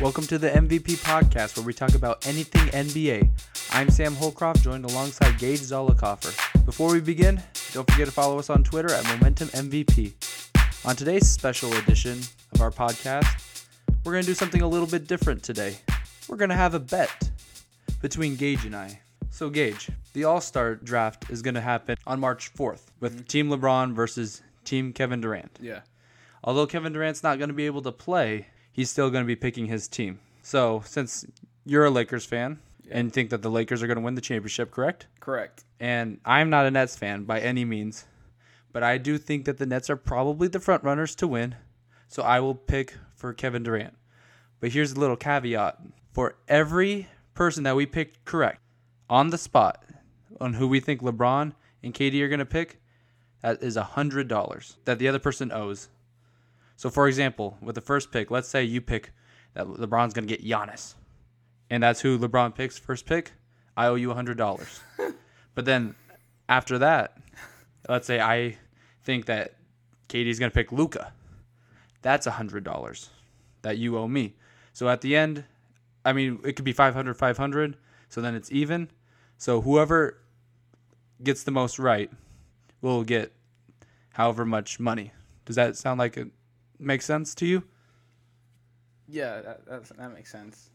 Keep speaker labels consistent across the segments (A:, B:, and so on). A: Welcome to the MVP podcast where we talk about anything NBA. I'm Sam Holcroft, joined alongside Gage Zollicoffer. Before we begin, don't forget to follow us on Twitter at Momentum MVP. On today's special edition of our podcast, we're going to do something a little bit different today. We're going to have a bet between Gage and I. So, Gage, the All Star draft is going to happen on March 4th with Team LeBron versus Team Kevin Durant.
B: Yeah.
A: Although Kevin Durant's not going to be able to play, he's still going to be picking his team. So, since you're a Lakers fan and think that the Lakers are going to win the championship, correct?
B: Correct.
A: And I'm not a Nets fan by any means, but I do think that the Nets are probably the front runners to win. So I will pick for Kevin Durant. But here's a little caveat for every person that we picked correct on the spot on who we think LeBron and KD are going to pick, that is $100 that the other person owes. So, for example, with the first pick, let's say you pick that LeBron's going to get Giannis, and that's who LeBron picks first pick, I owe you $100. but then after that, let's say I think that Katie's going to pick Luca. That's $100 that you owe me. So at the end, I mean, it could be 500 500, so then it's even. So whoever gets the most right will get however much money. Does that sound like it makes sense to you?
B: Yeah, that that's, that makes sense.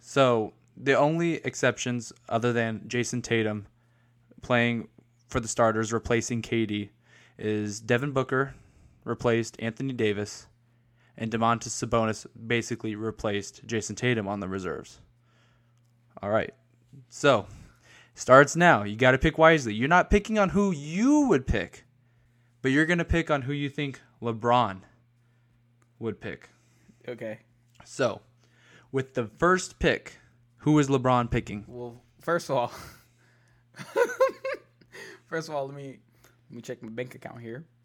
A: So the only exceptions, other than Jason Tatum playing for the starters, replacing KD, is Devin Booker replaced Anthony Davis, and Demontis Sabonis basically replaced Jason Tatum on the reserves. All right, so starts now. You got to pick wisely. You're not picking on who you would pick, but you're gonna pick on who you think LeBron would pick.
B: Okay.
A: So, with the first pick, who is LeBron picking?
B: Well, first of all, first of all, let me let me check my bank account here.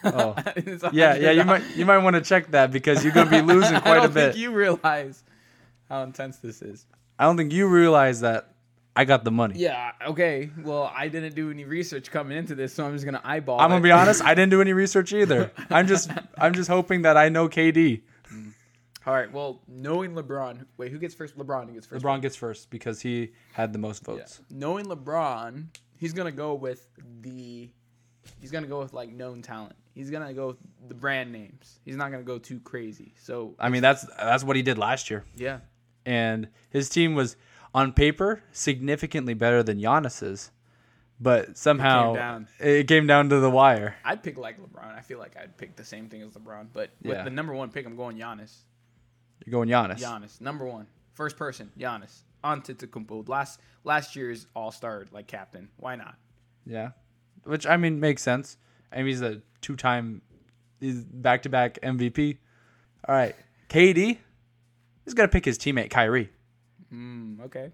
A: Oh.
B: It's a
A: Yeah,
B: hundred
A: yeah, you
B: dollars.
A: might you might want to check that because you're going to be losing
B: I
A: quite
B: don't
A: a bit.
B: think you realize how intense this is.
A: I don't think you realize that I got the money.
B: Yeah. Okay. Well, I didn't do any research coming into this, so I'm just gonna eyeball.
A: I'm going to
B: it.
A: be honest, I didn't do any research either. I'm just I'm just hoping that I know KD.
B: All right. Well, knowing LeBron, wait, who gets first? LeBron who gets first.
A: LeBron gets first because he had the most votes.
B: Knowing LeBron, he's gonna go with the, he's gonna go with like known talent. He's gonna go with the brand names. He's not gonna go too crazy. So
A: I mean, that's that's what he did last year.
B: yeah,
A: and his team was on paper significantly better than Giannis's, but somehow it came down, to
B: down.
A: the wire.
B: I'd pick like LeBron. I feel like I'd pick the same thing as LeBron, but
A: Yeah.
B: with the number one pick, I'm going Giannis.
A: You're going Giannis.
B: Giannis, number one, first person, Giannis. Antetokounmpo, last last year's All Star like captain. Why not?
A: Yeah, which I mean makes sense. I mean he's a two-time, he's back-to-back MVP. All right, KD, he's gonna pick his teammate Kyrie.
B: Mm, okay.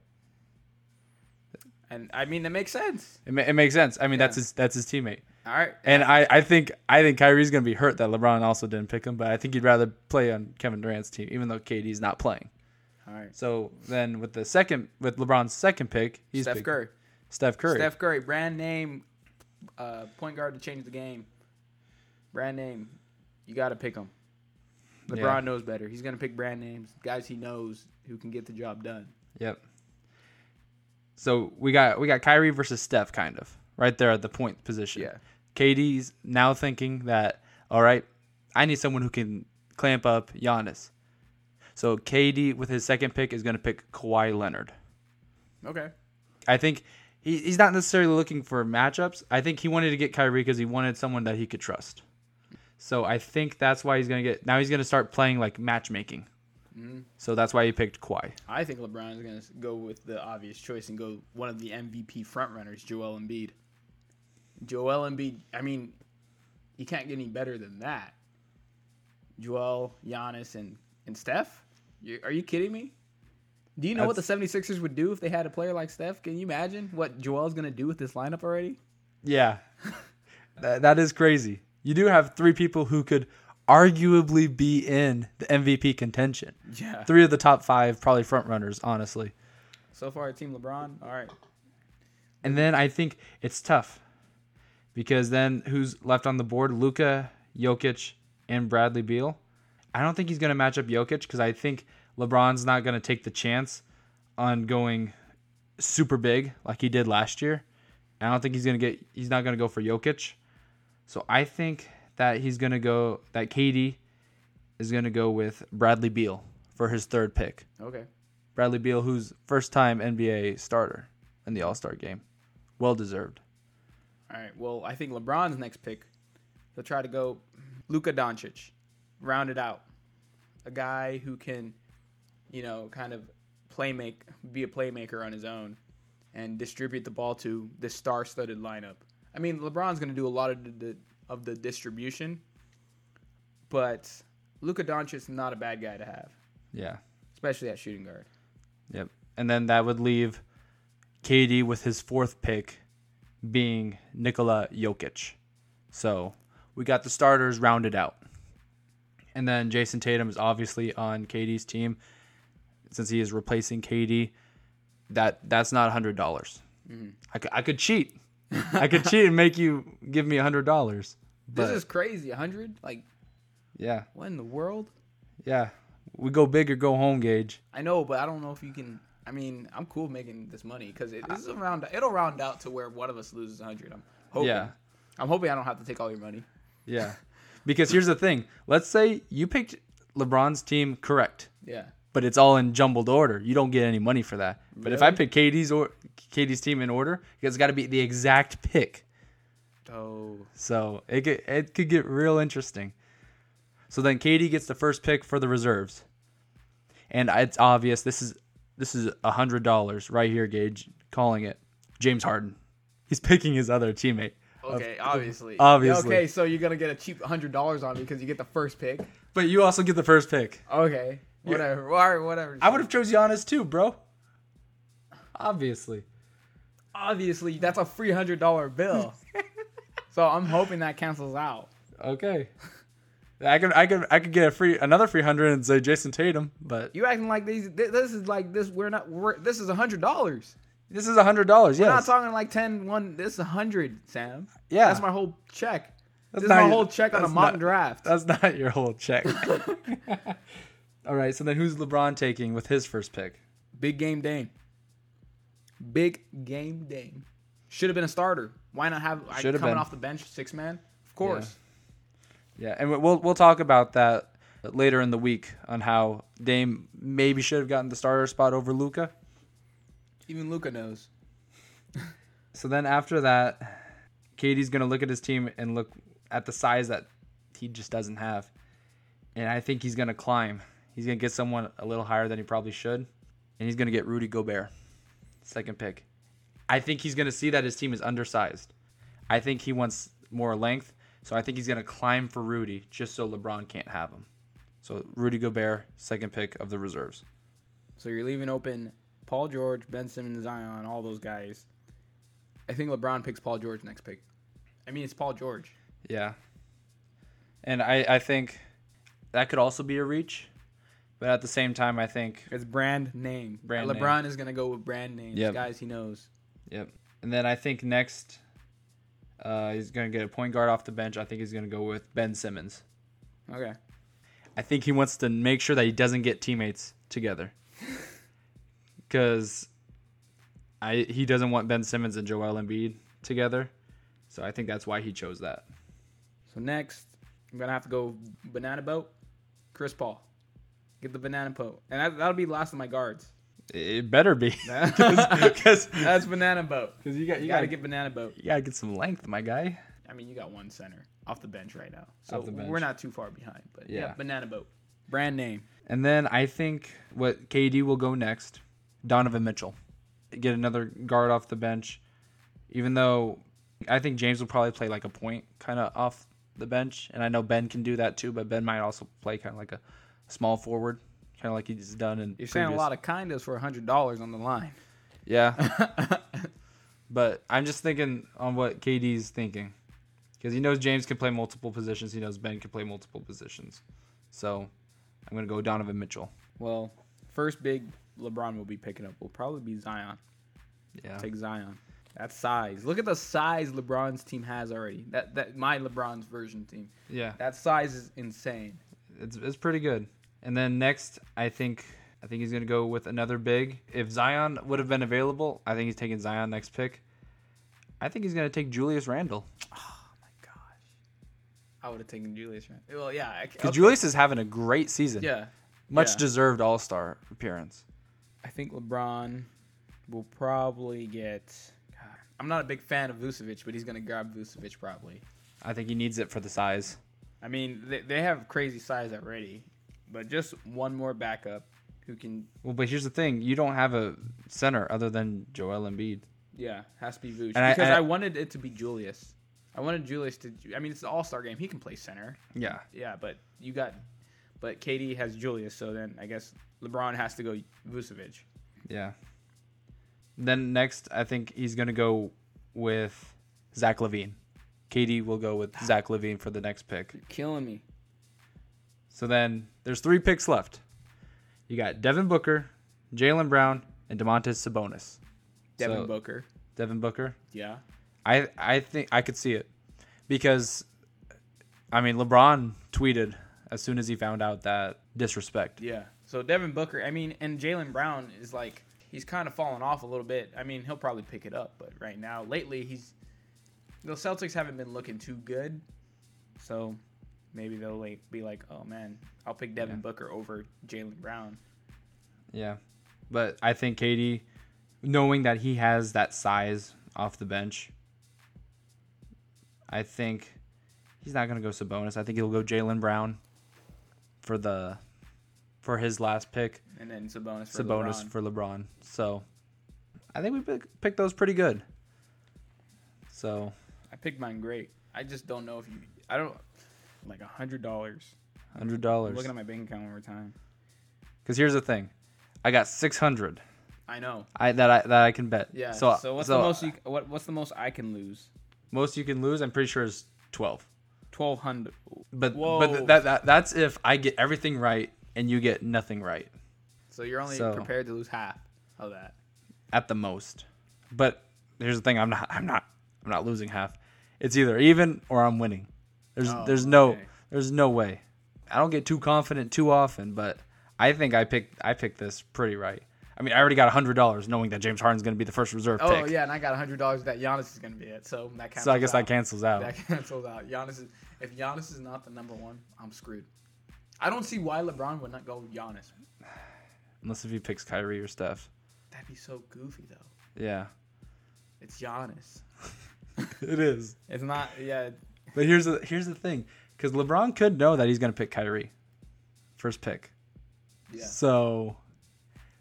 B: And I mean that makes sense.
A: It, ma- it makes sense. I mean that's
B: Yeah.
A: his that's his teammate.
B: All right.
A: And I, I think I think Kyrie's gonna be hurt that LeBron also didn't pick him, but I think he'd rather play on Kevin Durant's team, even though KD's not playing.
B: All right.
A: So then with the second with LeBron's second pick, he's
B: Steph
A: pick-
B: Curry.
A: Steph Curry.
B: Steph Curry, brand name, uh, point guard to change the game. Brand name, you got to pick him. LeBron
A: Yeah.
B: knows better. He's gonna pick brand names, guys he knows who can get the job done.
A: Yep. So we got we got Kyrie versus Steph kind of right there at the point position.
B: Yeah.
A: KD's now thinking that all right, I need someone who can clamp up Giannis. So KD with his second pick is going to pick Kawhi Leonard.
B: Okay.
A: I think he, he's not necessarily looking for matchups. I think he wanted to get Kyrie because he wanted someone that he could trust. So I think that's why he's gonna get. Now he's gonna start playing like matchmaking. So that's why he picked Kawhi.
B: I think LeBron is gonna s- go with the obvious choice and go one of the MVP frontrunners, Joel Embiid. Joel Embiid. I mean, you can't get any better than that. Joel, Giannis, and and Steph. You, are you kidding me? Do you know what the 76ers would do if they had a player like Steph? Can you imagine what Joel's going to do with this lineup already?
A: Yeah, that, that is crazy. You do have three people who could arguably be in the MVP contention.
B: Yeah.
A: Three of the top five, probably front runners, honestly.
B: So far, Team LeBron. All right.
A: And then I think it's tough because then who's left on the board? Luka, Jokic, and Bradley Beal. I don't think he's going to match up Jokic because I think LeBron's not going to take the chance on going super big like he did last year. I don't think he's going to get, he's not going to go for Jokic. So I think that he's going to go, that KD is going to go with Bradley Beal for his third pick.
B: Okay.
A: Bradley Beal, who's first time NBA starter in the All Star game. Well deserved.
B: All right. Well, I think LeBron's next pick, they'll try to go Luka Doncic, round it out, a guy who can, you know, kind of play make be a playmaker on his own, and distribute the ball to the star-studded lineup. I mean, LeBron's going to do a lot of the of the distribution, but Luka Doncic's not a bad guy to have,
A: Yeah.
B: especially at shooting guard.
A: Yep. And then that would leave KD with his fourth pick being Nikola Jokic. So we got the starters rounded out. And then Jason Tatum is obviously on KD's team since he is replacing KD. That that's not hundred dollars.
B: Mm-hmm.
A: I, cou- I could cheat. I could cheat and make you give me hundred dollars.
B: This
A: But
B: is crazy. 100? Like,
A: yeah,
B: what in the world?
A: yeah, we go big or go home, Gage.
B: I know, but I don't know if you can. I mean, I'm cool making this money because it, this is a round. It'll round out to where one of us loses 100. I'm hoping.
A: Yeah.
B: I'm hoping I don't have to take all your money.
A: Yeah. Because here's the thing. Let's say you picked LeBron's team correct,
B: Yeah.
A: but it's all in jumbled order. You don't get any money for that. But if I
B: Really?
A: pick KD's or KD's team in order, it's got to be the exact pick.
B: Oh.
A: So it could, it could get real interesting. So then KD gets the first pick for the reserves, and it's obvious this is this is a hundred dollars right here, Gage. Calling it James Harden. He's picking his other teammate.
B: Okay. obviously.
A: obviously.
B: Okay, so you're gonna get a cheap hundred dollars on me because you get the first pick.
A: But you also get the first pick.
B: Okay. Whatever. All right. Whatever.
A: I would have chose Giannis too, bro. Obviously.
B: obviously that's a three hundred dollar bill. so I'm hoping that cancels out.
A: Okay. I could I could I could get a free another free hundred and say Jason Tatum, but
B: You acting like these. thi- This is like this. We're not. We're, this is a hundred dollars.
A: this is a hundred dollars.
B: We're not
A: Yes,
B: talking like 10, 1. This is a hundred, Sam.
A: Yeah.
B: That's my whole check. this is
A: not
B: my
A: your-
B: whole check on a
A: that's
B: mock
A: not-
B: draft.
A: that's not your whole check. All right, so then who's LeBron taking with his first pick?
B: Big game Dame. Big game Dame. Should have been a starter. Why not have like,
A: Should
B: coming
A: have been.
B: off the bench, six man? Of course.
A: Yeah, and we'll we'll talk about that later in the week on how Dame maybe should have gotten the starter spot over Luca.
B: Even Luca knows.
A: So then after that, KD's going to look at his team and look at the size that he just doesn't have. And I think he's going to climb. He's going to get someone a little higher than he probably should. And he's going to get Rudy Gobert, second pick. I think he's going to see that his team is undersized. I think he wants more length. So I think he's going to climb for Rudy just so LeBron can't have him. So Rudy Gobert, second pick of the reserves.
B: So you're leaving open Paul George, Ben Simmons, Zion, all those guys. I think LeBron picks Paul George next pick. I mean, it's Paul George.
A: Yeah. And I, I think that could also be a reach. But at the same time, I think,
B: It's brand name.
A: Brand name.
B: LeBron is gonna go with brand names,
A: Yep.
B: guys he knows.
A: yep. And then I think next, uh, he's going to get a point guard off the bench. I think he's going to go with Ben Simmons.
B: Okay.
A: I think he wants to make sure that he doesn't get teammates together. Because I he doesn't want Ben Simmons and Joel Embiid together. So I think that's why he chose that.
B: So next, I'm gonna have to go banana boat, Chris Paul. Get the banana boat, and that, that'll be last of my guards.
A: It better be.
B: That's
A: Because
B: banana boat.
A: you got
B: You gotta get banana boat.
A: you gotta get some length, my guy.
B: I mean, you got one center off the bench right now, so
A: Off the bench.
B: we're not too far behind. But yeah,
A: Yeah.
B: banana boat, brand name.
A: And then I think what KD will go next, Donovan Mitchell. Get another guard off the bench. Even though I think James will probably play like a point kind of off the bench. And I know Ben can do that too, but Ben might also play kind of like a small forward, kind of like he's done in
B: You're saying a lot of kindas for hundred dollars on the line.
A: Yeah. but I'm just thinking on what KD's thinking. Because he knows James can play multiple positions. He knows Ben can play multiple positions. So I'm going to go Donovan Mitchell.
B: Well, first big LeBron will be picking up will probably be Zion.
A: Yeah.
B: Take Zion. That size. Look at the size LeBron's team has already. That that my LeBron's version team.
A: Yeah.
B: That size is insane.
A: It's it's pretty good. And then next, I think I think he's gonna go with another big. If Zion would have been available, I think he's taking Zion next pick. I think he's gonna take Julius Randle
B: Gosh, I would have taken Julius. Right? Well, yeah, I,
A: because
B: okay,
A: Julius is having a great season.
B: yeah,
A: much
B: yeah.
A: deserved All Star appearance.
B: I think LeBron will probably get. God, I'm not a big fan of Vucevic, but he's gonna grab Vucevic probably.
A: I think he needs it for the size.
B: I mean, they, they have crazy size already, but just one more backup who can,
A: Well, but here's the thing: you don't have a center other than Joel Embiid.
B: yeah, has to be Vooch.
A: And I-
B: because
A: I-
B: I, wanted it to be Julius. I wanted Julius to. I mean, it's an All Star game. He can play center.
A: Yeah,
B: Yeah, but you got, but KD has Julius, so then I guess LeBron has to go Vucevic.
A: yeah. Then next, I think he's gonna go with Zach Levine. KD will go with Zach Levine for the next pick.
B: You're killing me.
A: So then there's three picks left. You got Devin Booker, Jalen Brown, and Demontis Sabonis.
B: Devin
A: So-
B: Booker.
A: Devin Booker.
B: Yeah.
A: I I think I could see it because I mean LeBron tweeted as soon as he found out that disrespect.
B: Yeah. So Devin Booker, I mean, and Jalen Brown is like he's kind of fallen off a little bit. I mean, he'll probably pick it up, but right now, lately, he's the Celtics haven't been looking too good. So maybe they'll like, be like, oh man, I'll pick Devin
A: Yeah.
B: Booker over Jalen Brown.
A: Yeah. But I think KD knowing that he has that size off the bench I think he's not going to go Sabonis. I think he'll go Jalen Brown for the for his last pick.
B: And then Sabonis for
A: Sabonis
B: LeBron.
A: for LeBron. So I think we pick, picked those pretty good. So
B: I picked mine great. I just don't know if you. I don't like a hundred dollars.
A: hundred
B: I'm
A: dollars.
B: Looking at my bank account one more time.
A: Because here's the thing, I got six hundred.
B: I know.
A: I that I that I can bet.
B: Yeah.
A: So
B: So, what's the most? You, what what's the most I can lose?
A: most you can lose? I'm pretty sure is twelve.
B: Twelve hundred.
A: But
B: Whoa.
A: but th- that, that that's if I get everything right and you get nothing right
B: So you're only
A: So-
B: prepared to lose half of that.
A: at the most. But here's the thing, I'm not I'm not I'm not losing half. It's either even or I'm winning. There's
B: Oh,
A: there's no
B: okay.
A: there's no way. I don't get too confident too often, but I think I picked I picked this pretty right. I mean, I already got hundred dollars knowing that James Harden's going to be the first reserve
B: Oh
A: pick.
B: yeah, and I got hundred dollars that Giannis is gonna be it. So that cancels
A: So I guess that
B: out.
A: cancels out.
B: That cancels out. Giannis is if Giannis is not the number one, I'm screwed. I don't see why LeBron would not go with Giannis.
A: Unless if he picks Kyrie or Steph.
B: That'd be so goofy though.
A: Yeah.
B: It's Giannis.
A: It is.
B: It's not. Yeah.
A: But here's the here's the thing, because LeBron could know that he's gonna pick Kyrie, first pick.
B: Yeah.
A: So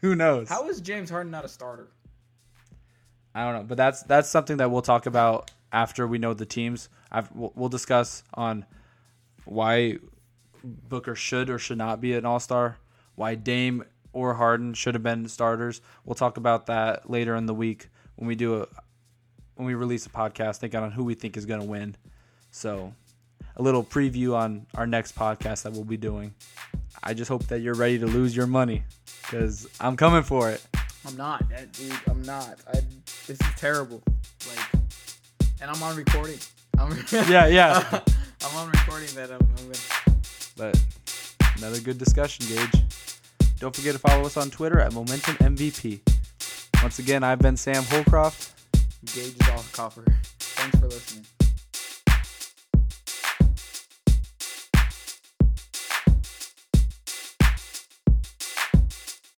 A: who knows?
B: How is James Harden not a starter?
A: I don't know. But that's that's something that we'll talk about after we know the teams. I've, we'll, we'll discuss on why Booker should or should not be an All Star. Why Dame or Harden should have been starters. We'll talk about that later in the week when we do a when we release a podcast thinking on who we think is going to win. So, a little preview on our next podcast that we'll be doing. I just hope that you're ready to lose your money because I'm coming for it.
B: I'm not, that- dude. I'm not. I. This is terrible. Like, and I'm on recording. I'm,
A: Yeah, yeah.
B: I'm on recording that I'm, I'm gonna.
A: But another good discussion, Gage. Don't forget to follow us on Twitter at Momentum MVP. Once again, I've been Sam Holcroft.
B: Gage is all copper. Thanks for listening.